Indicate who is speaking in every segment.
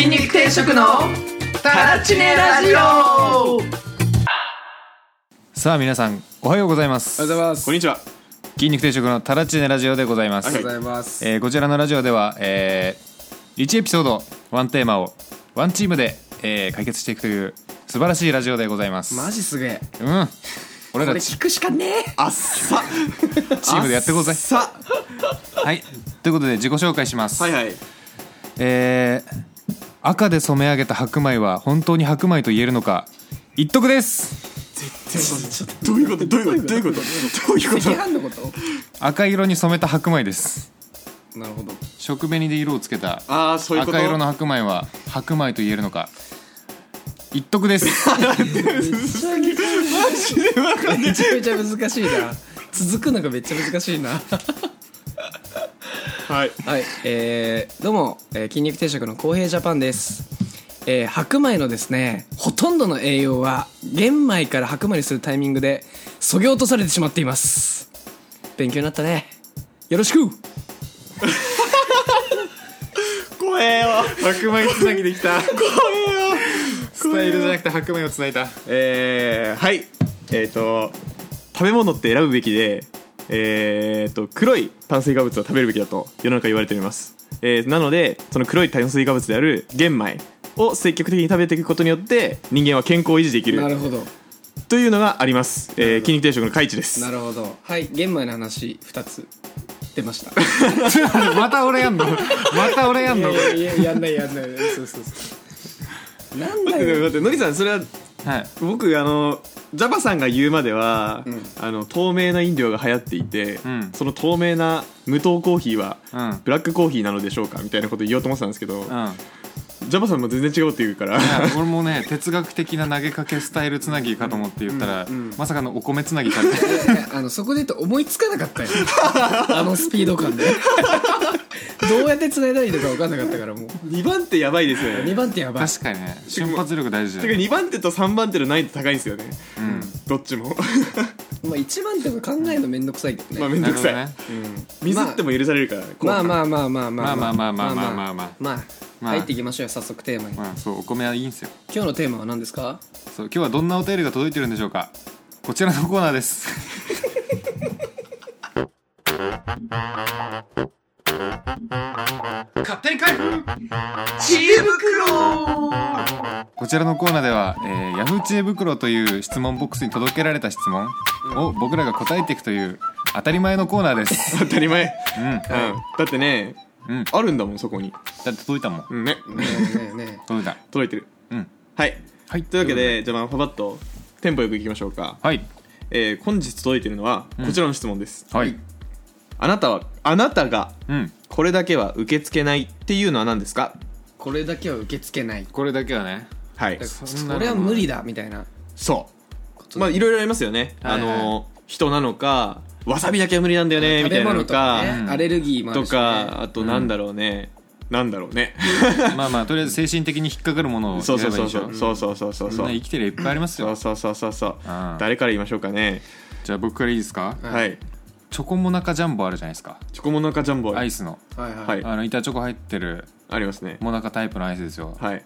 Speaker 1: 食のタラチネラジオ
Speaker 2: さあ皆さんおはようございます
Speaker 3: おはようございます。
Speaker 4: こんにちは。
Speaker 2: 筋肉定食のタラチネラジオでございます、
Speaker 3: ありがとうございます。
Speaker 2: えーこちらのラジオでは、え1エピソード1テーマを1チームで、えー解決していくという素晴らしいラジオでございます
Speaker 3: マジすげえ。
Speaker 2: うん俺
Speaker 3: こ
Speaker 2: ら
Speaker 3: れ
Speaker 2: チ
Speaker 3: 聞くしかねえ。
Speaker 4: あっさ。
Speaker 2: チームでやってこうぜ
Speaker 4: さ。
Speaker 2: はいということで自己紹介します、
Speaker 4: はいはい。
Speaker 2: えー赤で染め上げた白米は本当に白米と言えるのか一徳です
Speaker 4: どういうことどういうことどういうことどういうこと
Speaker 3: 批判のこと。
Speaker 2: 赤色に染めた白紅です
Speaker 3: なるほど。
Speaker 2: 食紅で色をつけた
Speaker 4: ああそういうこと。
Speaker 2: 赤色の白米は白米と言えるのか一徳です
Speaker 3: めちゃめちゃ難しいな。続くのがめっちゃ難しいな。
Speaker 4: はい。
Speaker 3: はい、えー、どうも、えー筋肉定食の公平ジャパンです。えー白米のですね、ほとんどの栄養は玄米から白米にするタイミングで削ぎ落とされてしまっています。勉強になったね。よろしく。
Speaker 4: 怖えよ。
Speaker 2: 白米つなぎでき た
Speaker 4: 怖えよ。
Speaker 2: スタイルじゃなくて白米をつないだ
Speaker 4: えー、はい。えっ、と食べ物って選ぶべきで、えっ、と黒い炭水化物を食べるべきだと世の中言われております。えーなのでその黒い炭水化物である玄米を積極的に食べていくことによって人間は健康を維持できる
Speaker 3: なるほど。
Speaker 4: というのがあります。えー、筋肉定食のカイチです。
Speaker 3: なるほど。はい、玄米の話2つ出ました。
Speaker 2: また俺や んのまた俺やんの
Speaker 3: いやいややんないやんないそうそうそうなんだ
Speaker 4: 待って
Speaker 3: よ
Speaker 4: 待ってのりさんそれは
Speaker 2: はい
Speaker 4: 僕あのジャパさんが言うまでは、あの透明な飲料が流行っていて、
Speaker 2: ん
Speaker 4: その透明な無糖コーヒーは、
Speaker 2: うん
Speaker 4: ブラックコーヒーなのでしょうかみたいなこと言おうと思ってたんですけど、
Speaker 2: うん、いや
Speaker 4: ジャパさんも全然違うって言うから
Speaker 2: 俺もね哲学的な投げかけスタイルつなぎかと思って言ったら、まさかのお米つなぎかって
Speaker 3: あのそこで言うと思いつかなかったよあのスピード感でどうやって繋いだらいいのか分かんなかったからもう
Speaker 4: 2番手やばいですよね
Speaker 3: 2番手やばい
Speaker 2: 確かにね瞬発力大事だ
Speaker 4: てか
Speaker 2: よね
Speaker 4: 2番手と3番手の難易度高いんですよね、
Speaker 2: ん
Speaker 4: どっちも
Speaker 3: まあ1番手も考えるのめんどくさいけどね、
Speaker 4: まあめんどくさい、
Speaker 2: なるほ
Speaker 4: ミスっても許されるから、
Speaker 3: まあ
Speaker 4: あ
Speaker 3: まあまあまあまあ
Speaker 2: まあまあまあまあまあまあ
Speaker 3: まあ
Speaker 2: まあ
Speaker 3: 入っていきましょうよ早速テーマに今
Speaker 2: まあそうお米はいいんですよ
Speaker 3: 日のテーマは何ですか
Speaker 2: そう今日はどんなお便りが届いてるんでしょうかこちらのコーナーです勝手に開封
Speaker 1: 知恵袋
Speaker 2: こちらのコーナーでは、えー、ヤフー知恵袋という質問ボックスに届けられた質問を僕らが答えていくという当たり前のコーナーです。
Speaker 4: 当たり前、
Speaker 2: うん、うん、
Speaker 4: うんだってね
Speaker 2: だ
Speaker 4: あるんだもんそこに、
Speaker 2: って届いたもん。
Speaker 4: うんね
Speaker 3: ねえねえね
Speaker 2: 届いた。
Speaker 4: 届いてる
Speaker 2: うん、
Speaker 4: はい
Speaker 2: はい。
Speaker 4: というわけで、じゃあまあパパッとテンポよくいきましょうか、
Speaker 2: はい、
Speaker 4: えー本日届いているのはこちらの質問です、
Speaker 2: はい、
Speaker 4: あなたはあなたが
Speaker 2: うん、
Speaker 4: これだけは受け付けないっていうのは何ですか
Speaker 3: これだけは受け付けない
Speaker 2: これだけはね。
Speaker 4: はい
Speaker 2: んなの
Speaker 3: これは無理だみたいな
Speaker 4: そうまあいろいろありますよね、
Speaker 2: はいはい
Speaker 4: あのー人なのかわさびだけは無理なんだよね
Speaker 3: 食
Speaker 4: みたい
Speaker 3: べ
Speaker 4: な
Speaker 3: 物
Speaker 4: の
Speaker 3: とか
Speaker 4: か
Speaker 3: ね、アレルギーもあ
Speaker 4: と
Speaker 3: るし、ね、
Speaker 4: かあとなんだろうね、なんだろうね
Speaker 2: まあまあ、とりあえず精神的に引っかかるものを
Speaker 4: そう
Speaker 2: やれ
Speaker 4: そう
Speaker 2: ばいい
Speaker 4: そう
Speaker 2: でし
Speaker 4: そ
Speaker 2: ょ。
Speaker 4: うそうそうそうそう
Speaker 2: みん
Speaker 4: そう
Speaker 2: な生きてるいっぱいあります
Speaker 4: そう
Speaker 2: よ。
Speaker 4: そうそうそうそう
Speaker 2: うん
Speaker 4: 誰から言いましょうかね
Speaker 2: じゃあ僕からいいですか。
Speaker 3: うん
Speaker 4: はい
Speaker 2: チョコモナカジャンボあるじゃないですか。
Speaker 4: チョコモナカジャンボ
Speaker 2: ア
Speaker 4: は
Speaker 2: イ
Speaker 4: い
Speaker 2: スの、
Speaker 3: はいはい、
Speaker 2: あの板チョコ入ってる
Speaker 4: ありますね
Speaker 2: モナカタイプのアイスですよ。
Speaker 4: はい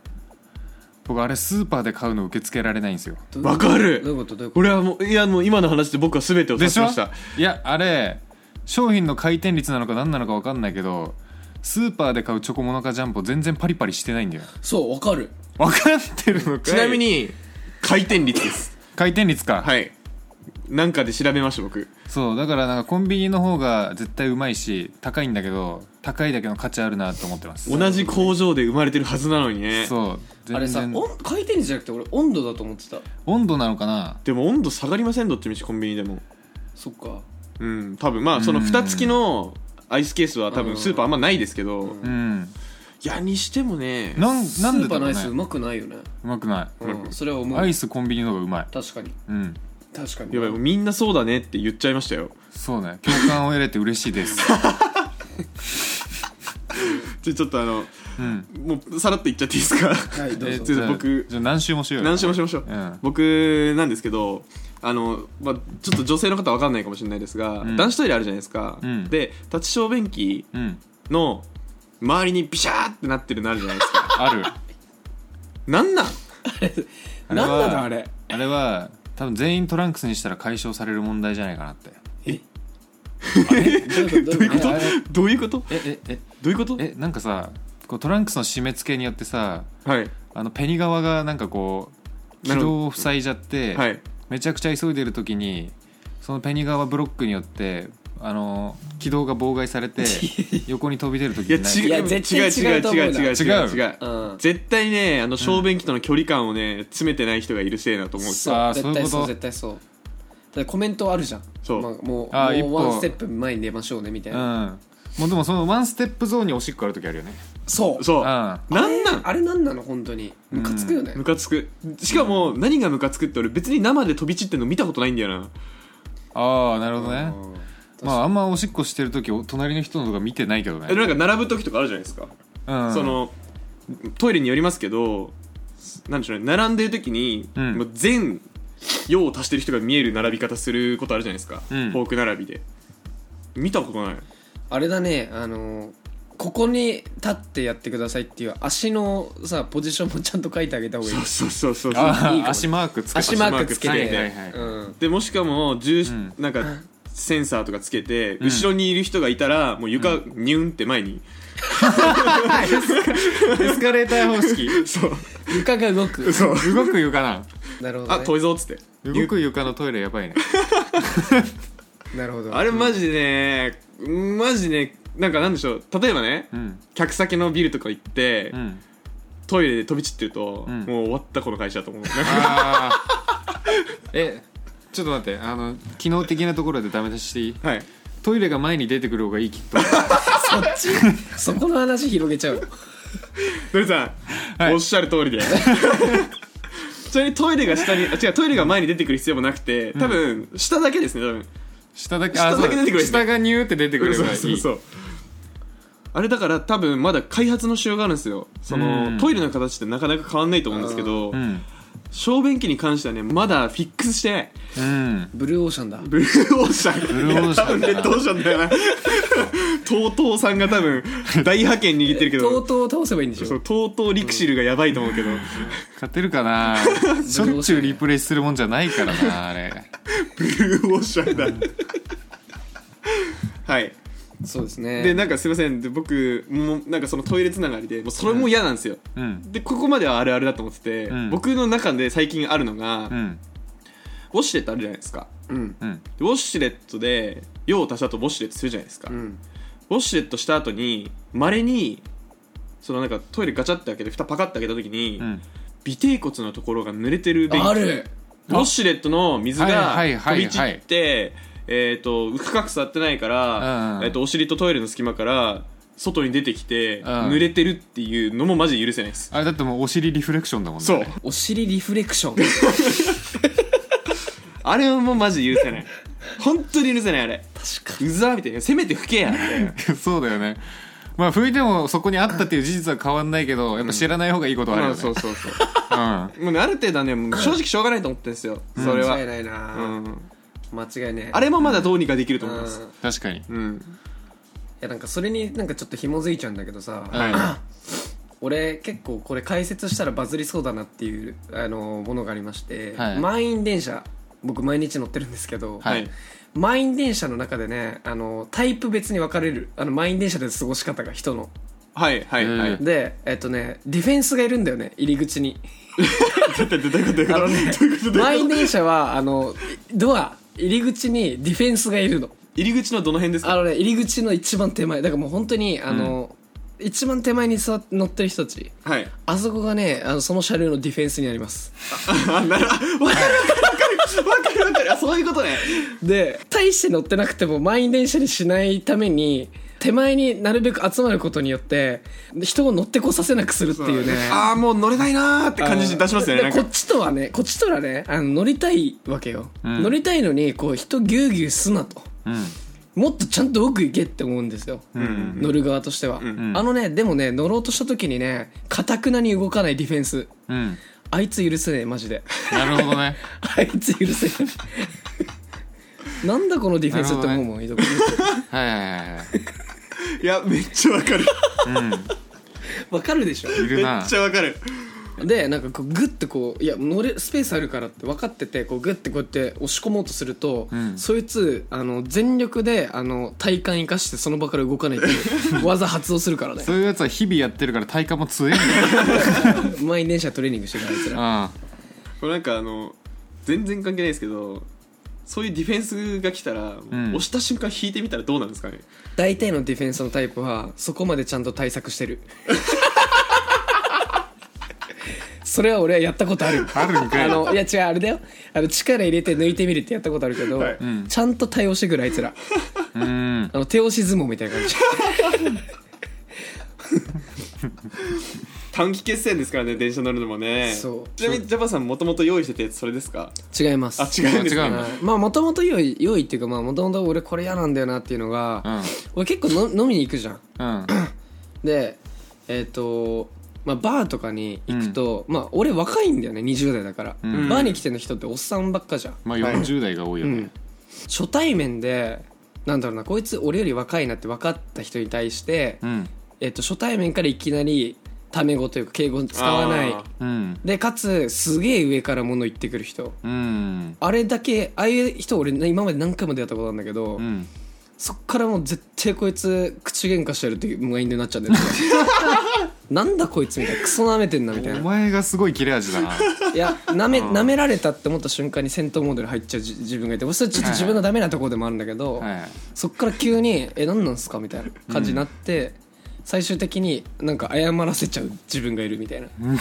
Speaker 2: 僕あれスーパーで買うの受け付けられないんですよ。
Speaker 3: どういう
Speaker 4: わか
Speaker 3: どうい
Speaker 4: る
Speaker 3: うことどういうこと
Speaker 4: 俺はもういやもう今の話で僕は全てを指
Speaker 2: で
Speaker 4: し
Speaker 2: しょ
Speaker 4: ました
Speaker 2: いやあれ商品の回転率なのか何なのか分かんないけどスーパーで買うチョコモナカジャンボ全然パリパリしてないんだよ
Speaker 3: そうわかる
Speaker 2: 分かってるのかい
Speaker 4: ちなみに回転率です
Speaker 2: 回転率か、
Speaker 4: はいなんかで調べました僕
Speaker 2: そうだからなんかコンビニの方が絶対うまいし高いんだけど高いだけの価値あるなと思ってます
Speaker 4: 同じ工場で生まれてるはずなのにね
Speaker 2: そう
Speaker 3: あれ
Speaker 2: 全
Speaker 3: さ
Speaker 2: 然
Speaker 3: 温回転率じゃなくて俺温度だと思ってた
Speaker 2: 温度なのかな
Speaker 4: でも温度下がりませんどっちみちコンビニでも
Speaker 3: そっか
Speaker 4: うん多分まあその蓋付きのアイスケースは多
Speaker 3: うん
Speaker 4: 分スーパーあんまないですけど、
Speaker 3: うん
Speaker 2: うん
Speaker 4: いやにしてもね
Speaker 2: なん
Speaker 3: ス
Speaker 2: なん
Speaker 3: ー
Speaker 2: で
Speaker 3: パー
Speaker 2: だ
Speaker 3: のア
Speaker 2: ろう
Speaker 3: イスう
Speaker 2: ね
Speaker 3: まくないよね
Speaker 2: うまくな
Speaker 3: うんそれは思
Speaker 2: いうアイスコンビニの方がうまい
Speaker 3: 確かに
Speaker 2: うん
Speaker 3: 確かに
Speaker 4: やばいみんなそうだねって言っちゃいましたよ
Speaker 2: そうね共感を得れて嬉し いです、
Speaker 4: ちょちょっとあの
Speaker 2: うん、
Speaker 4: もうさらっと言っちゃっていいですか
Speaker 3: はいどう
Speaker 2: え
Speaker 3: ぞ
Speaker 4: ちょっと僕
Speaker 2: じゃあ何周もしようよ
Speaker 4: 何しましょうしょう
Speaker 2: うん
Speaker 4: 僕なんですけどあの、まあ、ちょっと女性の方は分かんないかもしれないですが、
Speaker 2: うん
Speaker 4: 男子トイレあるじゃないですか、
Speaker 2: うん
Speaker 4: で立ち小便器
Speaker 2: うん
Speaker 4: の周りにビシャーってなってるのあるじゃないですか
Speaker 2: ある
Speaker 4: なんなん
Speaker 2: あれ
Speaker 3: な
Speaker 2: は
Speaker 3: んなのあれ
Speaker 2: あれは多分全員トランクスにしたら解消される問題じゃないかなって
Speaker 3: どういうことどういうこと
Speaker 2: えあれ
Speaker 4: どう
Speaker 2: ええ
Speaker 4: いうこと
Speaker 2: え
Speaker 4: どういうこと
Speaker 2: えなんかさこうトランクスの締め付けによってさ
Speaker 4: はい
Speaker 2: あのペニ側がなんかこう
Speaker 4: な
Speaker 2: 軌
Speaker 4: るほど
Speaker 2: 道を塞いじゃって、
Speaker 4: はい
Speaker 2: めちゃくちゃ急いでる時にそのペニ側ブロックによってあの軌道が妨害され て横に飛び出る時
Speaker 4: いや
Speaker 2: にない
Speaker 4: 違う
Speaker 3: いや
Speaker 4: 違う
Speaker 3: 絶対
Speaker 4: 違
Speaker 3: 違
Speaker 4: う
Speaker 3: うと思う
Speaker 4: 違う
Speaker 3: な
Speaker 4: 違う違う違う
Speaker 3: うん
Speaker 4: 絶対ねあの小便器との距離感をね詰めてない人がいるせいだと思うんですよ
Speaker 2: あ
Speaker 3: そ
Speaker 2: ー
Speaker 3: う
Speaker 2: そ
Speaker 3: 絶対そう
Speaker 2: ういうこと
Speaker 3: 絶対そうだからコメントあるじゃん
Speaker 4: そう
Speaker 3: まあもう
Speaker 2: あー一
Speaker 3: もう
Speaker 2: 歩
Speaker 3: ワンステップ前に出ましょうねみたい
Speaker 2: うん
Speaker 3: な
Speaker 2: もうでもそのワンステップゾーンにおしっこある時あるよね
Speaker 3: そう
Speaker 4: そう
Speaker 2: あ
Speaker 4: なんなん
Speaker 3: あれなんなの本当にムカつくよね
Speaker 4: ムカつくしかも何がムカつくって俺別に生で飛び散ってんの見たことないんだよな
Speaker 2: ああなるほどね
Speaker 4: うん
Speaker 2: まああんまおしっこしてる時お隣の人のとか見てないけどね
Speaker 4: えなんか並ぶ時とかあるじゃないですか
Speaker 2: うん
Speaker 4: そのトイレによりますけどなんでしょうね並んでる時に、
Speaker 2: うん
Speaker 4: もう全用を足してる人が見える並び方することあるじゃないですか、
Speaker 2: うん
Speaker 4: フォーク並びで見たことない
Speaker 3: あれだねあのーここに立ってやってくださいっていう足のさポジションもちゃんと書いてあげた方がいい
Speaker 4: そうそうそうそう
Speaker 2: あー
Speaker 3: いいかも
Speaker 2: 足マークつけて
Speaker 3: 足マークつけ
Speaker 4: 足マ
Speaker 3: て
Speaker 4: ークつけて
Speaker 2: はいはいはい
Speaker 3: うん
Speaker 4: でもしかも重、
Speaker 2: ん
Speaker 4: なんかセンサーとかつけて、
Speaker 2: ん
Speaker 4: 後ろにいる人がいたらもう床、ニュンって前に
Speaker 2: エスカレーター方式
Speaker 4: そう
Speaker 3: 床が動く
Speaker 4: そう
Speaker 2: 動く床な
Speaker 3: なるほ
Speaker 4: あ
Speaker 3: ど
Speaker 4: 遠いぞっつって
Speaker 2: 動く床のトイレやばいね
Speaker 3: ねなるほど
Speaker 4: あれマジでねマジでなんかなんでしょう例えばね、
Speaker 2: うん
Speaker 4: 客先のビルとか行って、
Speaker 2: うん
Speaker 4: トイレで飛び散ってると、
Speaker 2: ん
Speaker 4: もう終わったこの会社だと思う
Speaker 2: あーえちょっと待ってあの機能的なところでダメ出ししていい
Speaker 4: はい
Speaker 2: トイレが前に出てくる方がいいきっと
Speaker 3: そっちそこの話広げちゃう
Speaker 4: ドリさん、
Speaker 2: はい
Speaker 4: おっしゃる 通りでそれにトイレが下にあ違うトイレが前に出てくる必要もなくて多分、下だけですね多分
Speaker 2: 下だけ
Speaker 4: 下だけ
Speaker 2: あそう
Speaker 4: 出てくるね
Speaker 2: 下がニューって出てくる
Speaker 4: そ
Speaker 2: 方
Speaker 4: う
Speaker 2: がいい
Speaker 4: そうそうあれだから多分まだ開発のしようがあるんですよその、
Speaker 2: うん
Speaker 4: トイレの形ってなかなか変わんないと思うんですけど、
Speaker 2: うん
Speaker 4: 小便器に関してはねまだフィックスしてない
Speaker 2: うん
Speaker 3: ブルーオーシャンだ
Speaker 4: ブルーオーシャン
Speaker 2: ブルーオーシャンだな
Speaker 4: 多分レッドオーシャンだよ なとうとうさんが多分大派遣握ってるけ
Speaker 3: と
Speaker 4: ど
Speaker 3: うとう倒せばいいんでし
Speaker 4: そ
Speaker 3: ょ
Speaker 4: うとうとうリクシルがやばいと思うけど、
Speaker 2: 勝てるか なしょっちゅうリプレイするもんじゃないからなあれ
Speaker 4: ブルーオーシャンだ はい
Speaker 3: そうですね
Speaker 4: でなんかすいませんで僕もなんかそのトイレつながりでもうそれも嫌なんですよ、
Speaker 2: うん
Speaker 4: でここまではあるあるだと思ってて、
Speaker 2: ん
Speaker 4: 僕の中で最近あるのが、
Speaker 2: う
Speaker 4: ウ
Speaker 2: ん
Speaker 4: ォシュレットあるじゃないですか
Speaker 3: うん
Speaker 2: うん
Speaker 4: でウォシュレットで用を足した後ウォシュレットするじゃないですか、
Speaker 3: う
Speaker 4: ウ
Speaker 3: ん
Speaker 4: ォシュレットした後にまれにそのなんかトイレガチャって開けて蓋パカって開けた時に、
Speaker 2: うん
Speaker 4: 尾てい骨のところが濡れてる便器
Speaker 3: ある
Speaker 4: ウォシュレットの水が
Speaker 2: はいはいは
Speaker 4: 飛
Speaker 2: い
Speaker 4: び
Speaker 2: はい
Speaker 4: 散って、えっ、と、深く座ってないから、
Speaker 2: うんうん
Speaker 4: えっ、と、お尻とトイレの隙間から、外に出てきて、
Speaker 2: ん
Speaker 4: 濡れてるっていうのもマジで許せないです。
Speaker 2: あれだってもうお尻リフレクションだもんね
Speaker 4: そう。
Speaker 3: お尻リフレクション
Speaker 4: あれもマジで許せない。 本当に許せない、あれ。
Speaker 3: 確
Speaker 4: うざーみたいな。せめて拭けや。
Speaker 2: そうだよねまあ拭いてもそこにあったっていう事実は変わんないけどやっぱ知らない方がいいことはあるよね、
Speaker 4: まあ、そううそうそう。
Speaker 2: ん
Speaker 4: もうね、ある程度はね、もう正直しょうがないと思ってるんですよ。それ
Speaker 3: か
Speaker 4: は
Speaker 3: 間違い。ないな、
Speaker 4: うん。
Speaker 3: 間違いね
Speaker 4: あれもまだどうにかできると
Speaker 3: う
Speaker 4: 思い
Speaker 3: んい
Speaker 4: ま
Speaker 2: 確
Speaker 4: す。
Speaker 2: かに
Speaker 4: うん。
Speaker 3: やなんかそれになんかちょっと紐づいちゃうんだけどさ、
Speaker 2: は
Speaker 3: 俺結構これ解説したらバズりそうだなっていうあのものがありまして、
Speaker 2: はい
Speaker 3: 満員電車僕毎日乗ってるんですけど、
Speaker 2: はい
Speaker 4: はい。
Speaker 3: 満員電車の中でねあのタイプ別に分かれるあの満員電車で過ごし方が人の
Speaker 4: はい、はい、はい。
Speaker 2: うん
Speaker 3: でえっとねディフェンスがいるんだよね入り口に
Speaker 4: だってどういうことどういうこと
Speaker 3: あのね
Speaker 4: どういうことどういう
Speaker 3: 満
Speaker 4: こ
Speaker 3: 員電車はあのドア入り口にディフェンスがいるの
Speaker 4: と入り口のどの辺です
Speaker 3: あ
Speaker 4: か
Speaker 3: のね入り口の一番手前だからもう本当にあの、一番手前に座っ乗ってる人たち
Speaker 4: はい。
Speaker 3: あそこがねあのその車両のディフェンスになります
Speaker 4: あなるわかるわかるわかるわかるあそういうことね
Speaker 3: で大して乗ってなくても満員電車にしないために手前になるべく集まることによって人を乗ってこさせなくするっていうね
Speaker 4: ああもう乗れないなーって感じ出しますよ
Speaker 3: で
Speaker 4: ねなん
Speaker 3: こ
Speaker 4: か
Speaker 3: っちとはねこっちとらねあの乗りたいわけよ、乗りたいのにこう人ぎゅうぎゅうすなと
Speaker 2: うん
Speaker 3: もっとちゃんと奥行けって思うんですよ、乗る側としては、あのねでもね乗ろうとした時にねかたくなに動かないディフェンス
Speaker 2: うん
Speaker 3: あいつ許せねえマジで
Speaker 2: なるほどね
Speaker 3: あいつ許せねえ なんだこのディフェンスって思うもん、いとこ
Speaker 2: はいはいはいはい
Speaker 4: いやめっちゃわかる
Speaker 3: わかるでしょ
Speaker 2: い
Speaker 4: め
Speaker 2: るな
Speaker 4: っちゃわかる
Speaker 3: でなんかこうグッてこういや乗れスペースあるからって分かっててこうグッてこうやって押し込もうとすると、
Speaker 2: ん
Speaker 3: そいつあの全力であの体幹生かしてその場から動かないっていう技発動するからね
Speaker 2: そういうやつは日々やってるから体幹も強いんだよ
Speaker 3: 満員電車トレーニングしてるからあいつら
Speaker 2: あ
Speaker 4: これなんかあの全然関係ないですけどそういうディフェンスが来たら、
Speaker 2: ん
Speaker 4: 押した瞬間引いてみたらどうなんですかね
Speaker 3: 大体のディフェンスのタイプはそこまでちゃんと対策してるそれは俺はやったことある
Speaker 2: あるんかい
Speaker 3: あのいや違うあれだよあの力入れて抜いてみるってやったことあるけど、
Speaker 4: はい
Speaker 3: ちゃんと対応してくるあいつら
Speaker 2: あうん
Speaker 3: あの手押し相撲みたいな感じ
Speaker 4: 短期決戦ですからね電車乗るのもね
Speaker 3: そう
Speaker 4: ちなみにジャパさんもともと用意しててそれですか
Speaker 3: 違います
Speaker 4: あ違うんです
Speaker 2: あ違うん
Speaker 4: ね
Speaker 2: だ
Speaker 3: はいまあもともと良い良いっていうかまあもともと俺これ嫌なんだよなっていうのが、俺結構の飲みに行くじゃん
Speaker 2: うん
Speaker 3: でえっ、とまあバーとかに行くと、まあ俺若いんだよね20代だから、
Speaker 2: ん
Speaker 3: バーに来てる人っておっさんばっかじゃん
Speaker 2: まあ40代が多いよね
Speaker 3: 初対面でなんだろうなこいつ俺より若いなって分かった人に対して、
Speaker 2: うん
Speaker 3: えっと初対面からいきなりタメ語というか敬語使わない
Speaker 4: あ
Speaker 2: うん
Speaker 3: でかつすげえ上から物言ってくる人
Speaker 2: うん
Speaker 3: あれだけああいう人俺ね今まで何回も出会ったことあるんだけど、
Speaker 2: うん
Speaker 3: そっからもう絶対こいつ口喧嘩してるって無限でなっちゃうんだよねなんだこいつみたいなクソ舐めてんなみたい
Speaker 2: お
Speaker 3: な
Speaker 2: 前がすごい切れ味だない
Speaker 3: や舐め舐められたって思った瞬間に戦闘モードに入っちゃうじ自分がいてそれちょっと自分のダメなところでもあるんだけど、
Speaker 2: はい
Speaker 3: そっから急に「え何なんすか?」みたいな感じになって、最終的になんか謝らせちゃう自分がいるみたいな。な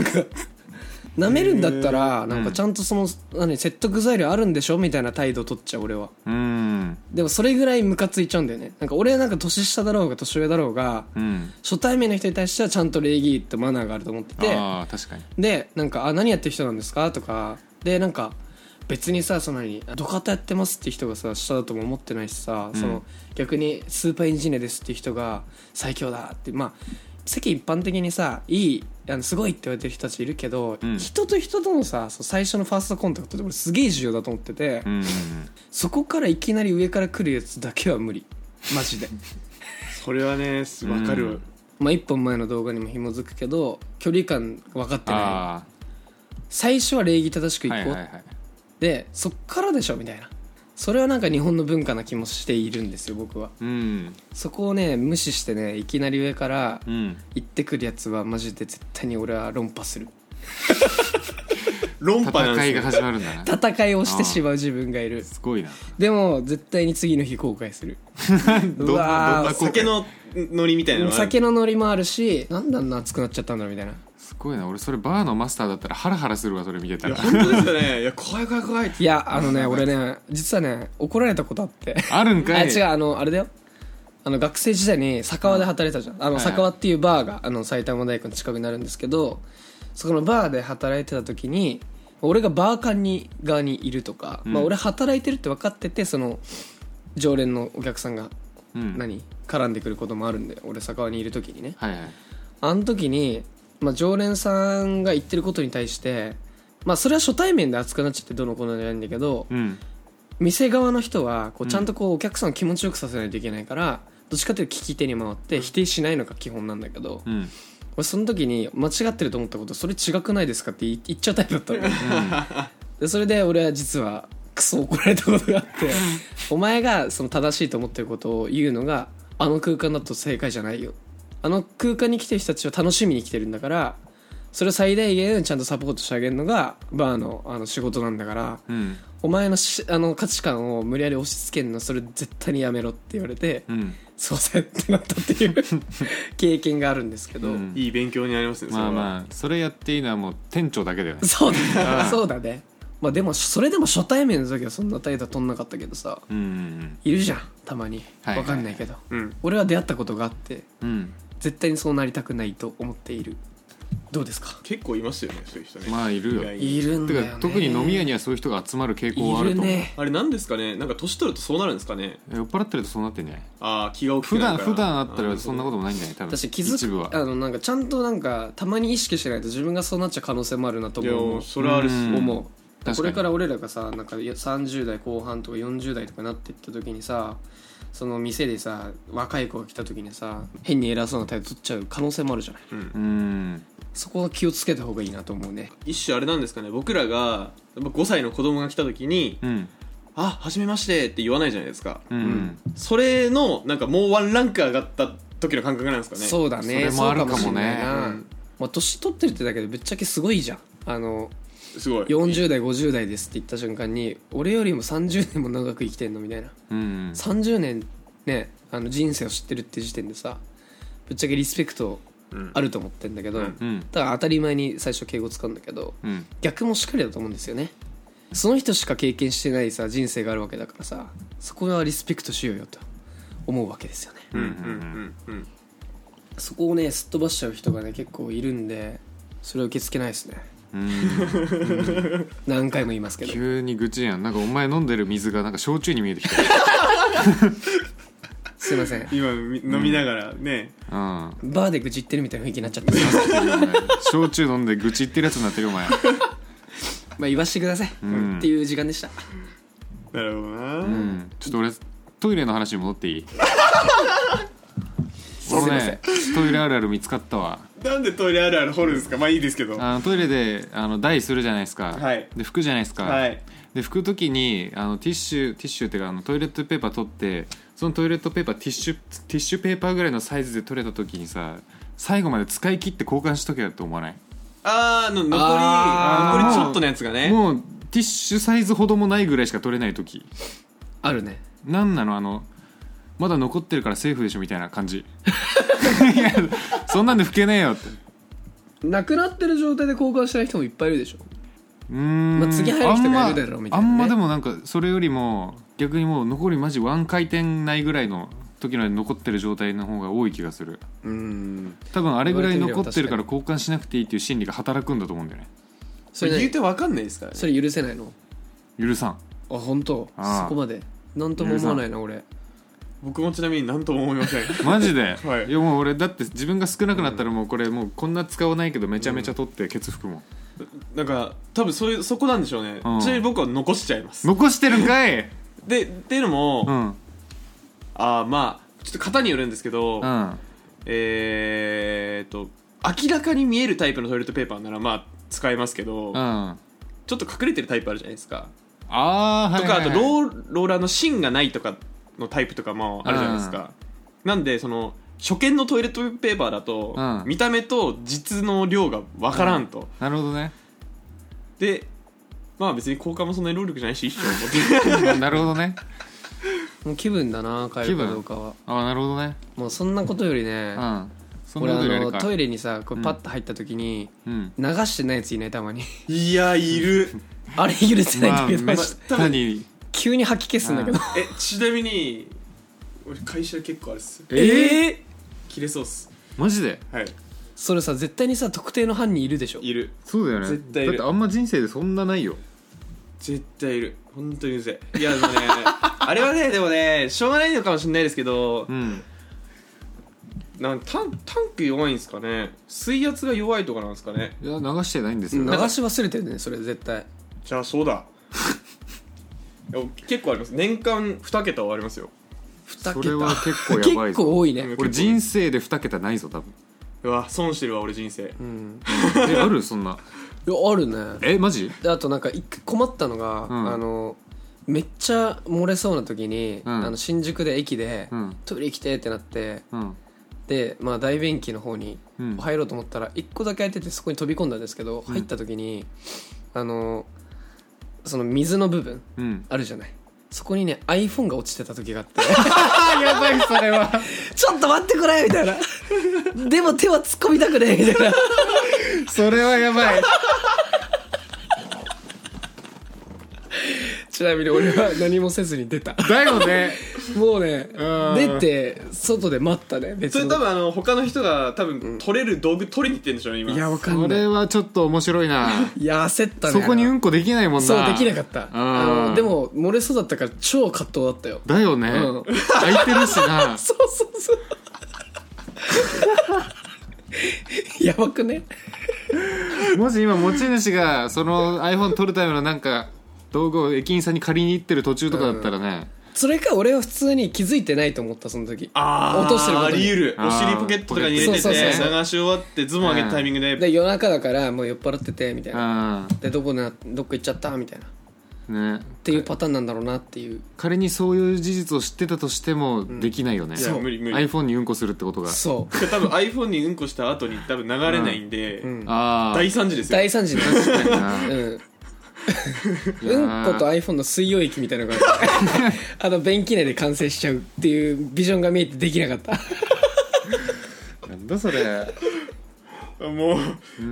Speaker 3: んか舐めるんだったらなんかちゃんとその何説得材料あるんでしょみたいな態度取っちゃう俺は
Speaker 2: うん
Speaker 3: でもそれぐらいムカついちゃうんだよねなんか俺はなんか年下だろうが年上だろうが、
Speaker 2: うん
Speaker 3: 初対面の人に対してはちゃんと礼儀とマナーがあると思ってて
Speaker 2: ああ確かに
Speaker 3: でなんか「あ何やってる人なんですか?」とかでなんか別にさそのに「ドカタやってます」って人がさ下だとも思ってないしさ、その逆に「スーパーエンジニアです」って人が「最強だ」ってまあ世間一般的にさいいあのすごいって言われてる人たちいるけど、
Speaker 2: ん
Speaker 3: 人と人とのさそう最初のファーストコンタクトって俺すげえ重要だと思ってて、
Speaker 2: うん
Speaker 3: そこからいきなり上から来るやつだけは無理マ ジで
Speaker 4: それはねすわかる、
Speaker 2: うん
Speaker 3: まあ一本前の動画にも紐づくけど距離感分かってない
Speaker 2: あ
Speaker 3: 最初は礼儀正しく
Speaker 2: あ
Speaker 3: いこ
Speaker 2: は
Speaker 3: うっ
Speaker 2: い
Speaker 3: て
Speaker 2: はいはい
Speaker 3: でそっからでしょみたいなそれはなんか日本の文化な気もしているんですよ僕は
Speaker 2: うん
Speaker 3: そこをね無視してねいきなり上から
Speaker 2: うん
Speaker 3: 行ってくるやつはマジで絶対に俺は論破する
Speaker 4: 論破なん
Speaker 2: 戦い
Speaker 4: で
Speaker 2: が
Speaker 4: すよ
Speaker 2: 始まるんだな
Speaker 3: 戦いをしてしまう自分がいる
Speaker 2: すごいな
Speaker 3: でも絶対に次の日後悔するう
Speaker 2: どん
Speaker 3: わー
Speaker 2: どんな
Speaker 4: 酒のノリみたいなのがある
Speaker 3: 酒のノリもあるしなんであんな熱くなっちゃったんだろうみたいな
Speaker 2: すごいな俺それバーのマスターだったらハラハラするわそれ見てた
Speaker 4: い
Speaker 2: ら
Speaker 4: や本当ですよねいや怖い怖い怖いって
Speaker 3: いやあのね俺ね実はね怒られたことあって
Speaker 2: あるんか
Speaker 3: あ
Speaker 2: い
Speaker 3: 違うあのあれだよあの学生時代に酒場で働いてたじゃんあの
Speaker 2: はい
Speaker 3: 酒場っていうバーがあの埼玉大学の近くになるんですけどそこのバーで働いてた時に俺がバーカンに側にいるとか、まあ、俺働いてるって分かっててその常連のお客さんが
Speaker 2: うん
Speaker 3: 何、絡んでくることもあるんで俺酒場にいる時にね
Speaker 2: はいはい
Speaker 3: あの時に、まあ、常連さんが言ってることに対してまあそれは初対面で熱くなっちゃってどうのこうのじゃないんだけど、
Speaker 2: うん
Speaker 3: 店側の人はこうちゃんとこうお客さんを気持ちよくさせないといけないから、どっちかというと聞き手に回って否定しないのが基本なんだけど、
Speaker 2: うん
Speaker 3: 俺その時に間違ってると思ったことそれ違くないですかって言い言っちゃうタイプだったの、でそれで俺は実はクソ怒られたことがあってお前がその正しいと思ってることを言うのがあの空間だと正解じゃないよあの空間に来てる人たちを楽しみに来てるんだからそれを最大限ちゃんとサポートしてあげるのがバーのあの仕事なんだから、
Speaker 2: うん
Speaker 3: お前のしあの価値観を無理やり押し付けんのそれ絶対にやめろって言われて、
Speaker 2: うん
Speaker 3: そうせんってなったっていう 経験があるんですけど、
Speaker 2: ん
Speaker 4: いい勉強になりますねそれ
Speaker 2: ま
Speaker 4: は
Speaker 2: あまあそれやっていいのはもう店長だけだよね
Speaker 3: そうだねそうだねまあでもそれでも初対面の時はそんな態度取んなかったけどさ
Speaker 2: うん
Speaker 3: いるじゃんたまに
Speaker 2: はいはいはい
Speaker 3: わかんないけど、
Speaker 4: うん
Speaker 3: 俺は出会ったことがあって
Speaker 2: うん
Speaker 3: 絶対にそうなりたくないと思っているどうですか
Speaker 4: 結構いましたよねそういう人ね、
Speaker 2: まあいるよ
Speaker 4: 意外に
Speaker 3: いるんだ
Speaker 2: て
Speaker 3: よ、
Speaker 2: か
Speaker 3: ね、
Speaker 2: 特に飲み屋にはそういう人が集まる傾向はあ
Speaker 3: い
Speaker 2: る
Speaker 3: る
Speaker 2: と思う
Speaker 3: ね
Speaker 4: あれなんですかねなんか年取るとそうなるんですかね
Speaker 2: 酔っ払ってるとそうなってんじゃない
Speaker 4: ああ気が大きく
Speaker 2: 普
Speaker 4: な
Speaker 2: 段
Speaker 4: るから
Speaker 2: 普段あったらそんなこともないんじゃない多分
Speaker 3: 私気づ
Speaker 2: 一部
Speaker 3: くあ
Speaker 2: は
Speaker 3: のなんかちゃんとなんかたまに意識してないと自分がそうなっちゃう可能性もあるなと
Speaker 4: いや
Speaker 3: 思う
Speaker 4: それはあるし
Speaker 2: うん
Speaker 3: 思う
Speaker 2: かに
Speaker 3: これから俺らがさなんかいや30代後半とか40代とかなっていった時にさその店でさ若い子が来た時にさ変に偉そうな態度取っちゃう可能性もあるじゃない、
Speaker 2: うん
Speaker 3: そこは気をつけた方がいいなと思うね
Speaker 4: 一種あれなんですかね僕らがやっぱ5歳の子供が来た時に
Speaker 2: うん
Speaker 4: 「あはじめまして」って言わないじゃないですか、
Speaker 2: うん
Speaker 4: それのなんかもうワンランク上がった時の感覚なんですかね
Speaker 3: そうだね
Speaker 2: それもあるか
Speaker 3: そうし
Speaker 2: もね
Speaker 3: んないな
Speaker 4: うん
Speaker 3: まあ、年取ってるってだけでぶっちゃけすごいじゃんあの
Speaker 4: すごい
Speaker 3: 40代50代ですって言った瞬間に俺よりも30年も長く生きてんのみたいな
Speaker 2: うん
Speaker 3: 30年ねあの人生を知ってるって時点でさぶっちゃけリスペクトあると思ってんだけど、
Speaker 4: うん
Speaker 2: うん
Speaker 3: だから当たり前に最初敬語使うんだけど
Speaker 2: うん
Speaker 3: 逆もしっかりだと思うんですよねその人しか経験してないさ人生があるわけだからさそこはリスペクトしようよと思うわけですよね
Speaker 4: うんうんうんうん
Speaker 3: そこをねすっ飛ばしちゃう人がね結構いるんでそれは受け付けないですね
Speaker 2: うん
Speaker 3: 何回も言いますけど
Speaker 2: 急に愚痴やんなんかお前飲んでる水がなんか焼酎に見えてきた
Speaker 3: すいません
Speaker 4: 今み飲みながらね、
Speaker 2: うん
Speaker 3: バーで愚痴ってるみたいな雰囲気になっちゃった
Speaker 2: 焼酎飲んで愚痴言ってるやつになってるお前
Speaker 3: まあ言わしてください、
Speaker 2: ん
Speaker 3: っていう時間でした
Speaker 4: なるほどな、
Speaker 2: うんちょっと俺トイレの話に戻ってい い俺もねトイレあるある見つかったわ
Speaker 4: なんでトイレあるある掘るんですかまあいいですけど
Speaker 2: あのトイレであの台するじゃないですか、
Speaker 4: はい
Speaker 2: で拭くじゃないですか、
Speaker 4: はい
Speaker 2: で拭く時にあのティッシュティッシュっていうかあのトイレットペーパー取ってそのトイレットペーパーティッシュティッシュペーパーぐらいのサイズで取れた時にさ最後まで使い切って交換しとけよって思わない
Speaker 4: あーの残り
Speaker 3: あ
Speaker 2: ー
Speaker 4: 残りちょっとのやつがね
Speaker 2: もうティッシュサイズほどもないぐらいしか取れない時
Speaker 3: あるね
Speaker 2: なんなのあのまだ残ってるからセーフでしょみたいな感じいやそんなんで拭けねえよって
Speaker 3: なくなってる状態で交換してない人もいっぱいいるでしょ
Speaker 2: うーん、
Speaker 3: まあ次入る人がいるだろうみたいなね
Speaker 2: あんまあんまでもなんかそれよりも逆にもう残りマジワン回転ないぐらいの時の残ってる状態の方が多い気がする
Speaker 3: うん
Speaker 2: 多分あれぐらい残ってるから交換しなくていいっていう心理が働くんだと思うんだよね
Speaker 3: それ,、
Speaker 4: 言うてわかんないですからね
Speaker 3: それ許せないの
Speaker 2: 許さん
Speaker 3: あ本当
Speaker 2: ああ
Speaker 3: そこまでなんとも思わないな俺
Speaker 4: 僕もちなみになんとも思い ません
Speaker 2: マジで、
Speaker 4: はい
Speaker 2: い、やもう俺だって自分が少なくなったらもうこれもうこんな使わないけどめちゃめちゃ取ってケツ拭くもん、
Speaker 4: なんか多分それそこなんでしょうね、
Speaker 2: うん
Speaker 4: ちなみに僕は残しちゃいます
Speaker 2: 残してるんかい
Speaker 4: でっていうのも、
Speaker 2: うんうん
Speaker 4: ああまあちょっと型によるんですけど、
Speaker 2: あ
Speaker 4: えーっと明らかに見えるタイプのトイレットペーパーならまあ使えますけど、
Speaker 2: あ
Speaker 4: ちょっと隠れてるタイプあるじゃないですか、
Speaker 2: あーはい
Speaker 4: とか
Speaker 2: はい
Speaker 4: あ
Speaker 2: はい
Speaker 4: とローローラーの芯がないとかのタイプとかもあるじゃないですか、なんでその初見のトイレットペーパーだと、
Speaker 2: うん
Speaker 4: 見た目と実の量が分からんと、
Speaker 2: なるほどね
Speaker 4: でまあ別に交換もそんなに労力じゃないし一緒思って
Speaker 2: なるほどね
Speaker 3: もう気分だな帰るかどうかは
Speaker 2: ああなるほどね
Speaker 3: もうそんなことよりね、
Speaker 2: うんそん
Speaker 3: 俺
Speaker 2: な
Speaker 3: あ
Speaker 2: ことよりあれ
Speaker 3: の
Speaker 2: か
Speaker 3: トイレにさこうパッと入った時に、
Speaker 2: うん
Speaker 3: 流してないやついないたまに
Speaker 4: いやいる
Speaker 3: あれ許せないん
Speaker 2: ま
Speaker 3: だ
Speaker 2: あ、
Speaker 3: けど、
Speaker 2: めったに
Speaker 3: 急に吐き消すんだけど
Speaker 4: えちなみに俺会社結構あれっす
Speaker 3: ええ
Speaker 4: 切れそうっす
Speaker 2: マジで
Speaker 4: はい
Speaker 3: それさ絶対にさ特定の犯人いるでしょ
Speaker 4: いる
Speaker 2: そうだよね
Speaker 4: 絶対い
Speaker 2: だ
Speaker 4: る
Speaker 2: ってあんま人生でそんなないよ
Speaker 4: 絶対いる本当にうるせえいやでもねあれはねでもねしょうがないのかもしれないですけど
Speaker 2: うん
Speaker 4: なんタンタンク弱いんですかね水圧が弱いとかなんですかね
Speaker 2: いや流してないんです
Speaker 3: う
Speaker 2: よ、
Speaker 3: ん流
Speaker 2: だから
Speaker 3: し忘れてるねそれ絶対
Speaker 4: じゃあそうだ 結構あります年間2桁はありますよ
Speaker 3: 2桁
Speaker 2: それは結構やばいぞ
Speaker 3: 結構多いね
Speaker 2: 俺人生で2桁ないぞ多分
Speaker 4: うわ損してるわ俺人生
Speaker 3: うん
Speaker 2: えあるそんない
Speaker 3: やあるね
Speaker 2: えマジ
Speaker 3: であとなんか一回困ったのが、
Speaker 2: うん
Speaker 3: あのめっちゃ漏れそうな時に、
Speaker 2: うん
Speaker 3: あの新宿で駅で、
Speaker 2: うん
Speaker 3: トイレ行きてってなって
Speaker 2: うん
Speaker 3: で、まあ、大便器の方に
Speaker 2: うん
Speaker 3: 入ろうと思ったら一個だけ空いててそこに飛び込んだんですけど、入った時にあのその水の部分
Speaker 2: うん
Speaker 3: あるじゃないそこにね iPhone が落ちてた時があって
Speaker 2: あやばいそれは
Speaker 3: ちょっと待ってくれみたいな でも手は突っ込みたくねえみたいな
Speaker 2: それはやばい
Speaker 3: ちなみに俺は何もせずに出た
Speaker 2: だよね
Speaker 3: もうね
Speaker 2: うん
Speaker 3: 出て外で待ったね別
Speaker 4: それ
Speaker 3: に
Speaker 4: 多分あの他の人が多分取れる道具取りに行ってるんでしょうね今
Speaker 3: いやわかん
Speaker 2: そ
Speaker 3: ない
Speaker 2: れはちょっと面白いな
Speaker 3: いや焦ったね
Speaker 2: そこにうんこできないもんな
Speaker 3: そうできなかった
Speaker 2: あ
Speaker 3: あ
Speaker 2: ー
Speaker 3: のでも漏れそうだったから超葛藤だったよ
Speaker 2: だよね、
Speaker 3: うん
Speaker 2: 空いてるしな
Speaker 3: そうそうそう やばくね
Speaker 2: もし今持ち主がその iPhone 取るためのなんか道具を駅員さんに借りに行ってる途中とかだったらね、
Speaker 3: それか俺は普通に気づいてないと思ったその時落としてること
Speaker 4: あり
Speaker 3: に
Speaker 4: 得る
Speaker 2: あー
Speaker 4: お尻ポケットとかに入れて
Speaker 3: そうそう
Speaker 4: て
Speaker 3: そう
Speaker 4: 流し終わってズボン上げたタイミングで
Speaker 3: で夜中だからもう酔っ払っててみたいな
Speaker 2: あ
Speaker 3: でどこなどっか行っちゃったみたいなっ
Speaker 2: あね
Speaker 3: ていうパターンなんだろうなっていう
Speaker 2: 仮にそういう事実を知ってたとしてもできないよね、
Speaker 4: いや無理無理
Speaker 2: iPhone にうんこするってことが
Speaker 3: そう
Speaker 4: 多分 iPhone にうんこした後に多分流れないんで
Speaker 2: ああ
Speaker 4: 大惨事ですよ
Speaker 3: 大惨事だ
Speaker 2: 確かにな
Speaker 3: うんうん
Speaker 2: いやー
Speaker 3: こと iPhone の水溶液みたいなのがあの便器内で完成しちゃうっていうビジョンが見えてできなかった
Speaker 2: なんだそれ
Speaker 4: も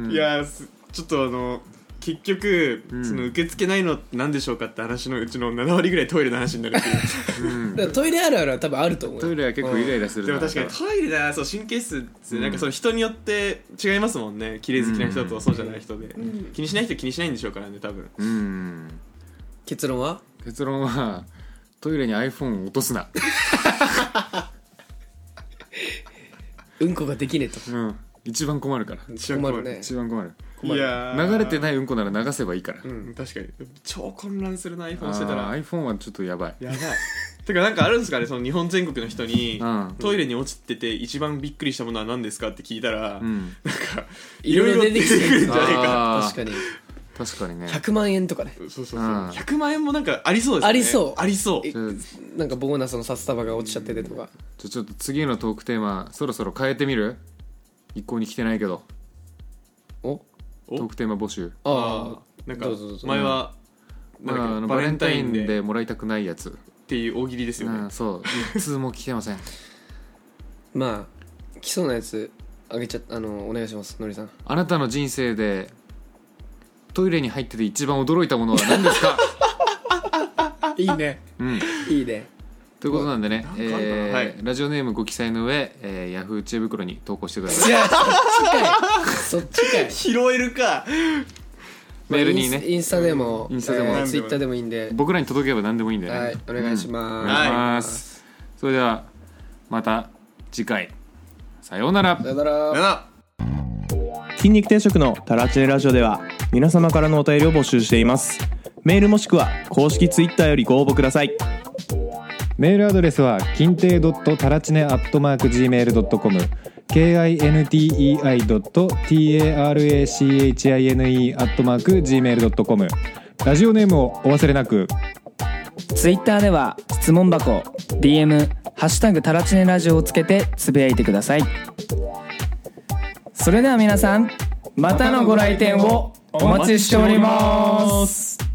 Speaker 4: ういやすちょっとあの結局その受け付けないのって何でしょうかって話のうちの7割ぐらいトイレの話になるっていう
Speaker 3: だからトイレあるあるは多分あると思う
Speaker 2: トイレは結構イライラする
Speaker 4: で
Speaker 2: な
Speaker 4: も確かにトイレだそう神経質ってなんかその人によって違いますもんね綺麗好きな人とそうじゃない人で気にしない人は気にしないんでしょうからね多分
Speaker 2: うん
Speaker 3: 結論は
Speaker 2: 結論はトイレに iPhone を落とすな
Speaker 3: うんこができねえと
Speaker 2: うん一番困るから
Speaker 3: 困るね
Speaker 2: 一番困る
Speaker 4: いやー
Speaker 2: 流れてないうんこなら流せばいいから、
Speaker 4: うん確かに超混乱するな iPhone してたら
Speaker 2: あー iPhone はちょっとやばい
Speaker 4: やばい てかなんかあるんですかねその日本全国の人に、
Speaker 2: うん
Speaker 4: トイレに落ちてて一番びっくりしたものは何ですかって聞いたら、
Speaker 2: うん
Speaker 4: なんか
Speaker 3: いろいろ出てきてる
Speaker 4: んじゃないか
Speaker 2: あー
Speaker 3: 確かに
Speaker 2: 確かにね
Speaker 3: 100万円とかね
Speaker 4: そうそうそう、
Speaker 2: うん
Speaker 4: 100万円もなんかありそうですね
Speaker 3: ありそう
Speaker 4: ありそう
Speaker 3: えなんかボーナスの札束が落ちちゃっててとか
Speaker 2: じゃあちょっと次のトークテーマそろそろ変えてみる一向に来てないけど
Speaker 3: お
Speaker 2: トークテーマ募集
Speaker 3: あ
Speaker 4: なんか
Speaker 3: どうぞどうぞ
Speaker 4: 前は、なんだっけ
Speaker 2: まああの
Speaker 4: バ
Speaker 2: バ
Speaker 4: レ
Speaker 2: レ
Speaker 4: ン
Speaker 2: ン
Speaker 4: タ
Speaker 2: タ
Speaker 4: イ
Speaker 2: イ
Speaker 4: ン
Speaker 2: ン
Speaker 4: デー
Speaker 2: でもらいたくないやつ、
Speaker 4: っていう大喜利ですよ
Speaker 2: う
Speaker 4: ね、
Speaker 2: ん、そう一通も来てません
Speaker 3: あまあ来そうなやつあげちゃあのお願いしますのりさん
Speaker 2: あなたの人生でトイレに入ってて一番驚いたものは何ですか、
Speaker 3: いいね
Speaker 2: うん、
Speaker 3: いいね
Speaker 2: ということなんでね、え
Speaker 4: かあったな
Speaker 2: ー
Speaker 4: はい
Speaker 2: ラジオネームご記載の上、えー、ヤフー知恵袋に投稿してください
Speaker 3: いやそっちかいそっちかい
Speaker 4: 拾えるか
Speaker 2: メールにね
Speaker 3: まあインスインスタでも、
Speaker 2: インスタでも
Speaker 3: えーツイッターでもいいんで、
Speaker 2: 僕らに届けば何でもいいんだよね、
Speaker 3: はい、お願いしま
Speaker 2: お
Speaker 3: す。
Speaker 2: 願いします、それではまた次回さようなら
Speaker 3: さよなら。
Speaker 4: 7
Speaker 5: 筋肉定食のタラチネラジオでは皆様からのお便りを募集していますメールもしくは公式ツイッターよりご応募ください
Speaker 6: メールアドレスは金亭ドットタラチネアットマーク gmail ドットコム k i n t e i ドット t a r a c h i n e アットマーク gmail ドットコムラジオネームをお忘れなく。
Speaker 7: ツイッターでは質問箱 DM「ハッシュタグタラチネラジオ」をつけてつぶやいてくださいそれでは皆さんまたのご来店をお待ちしております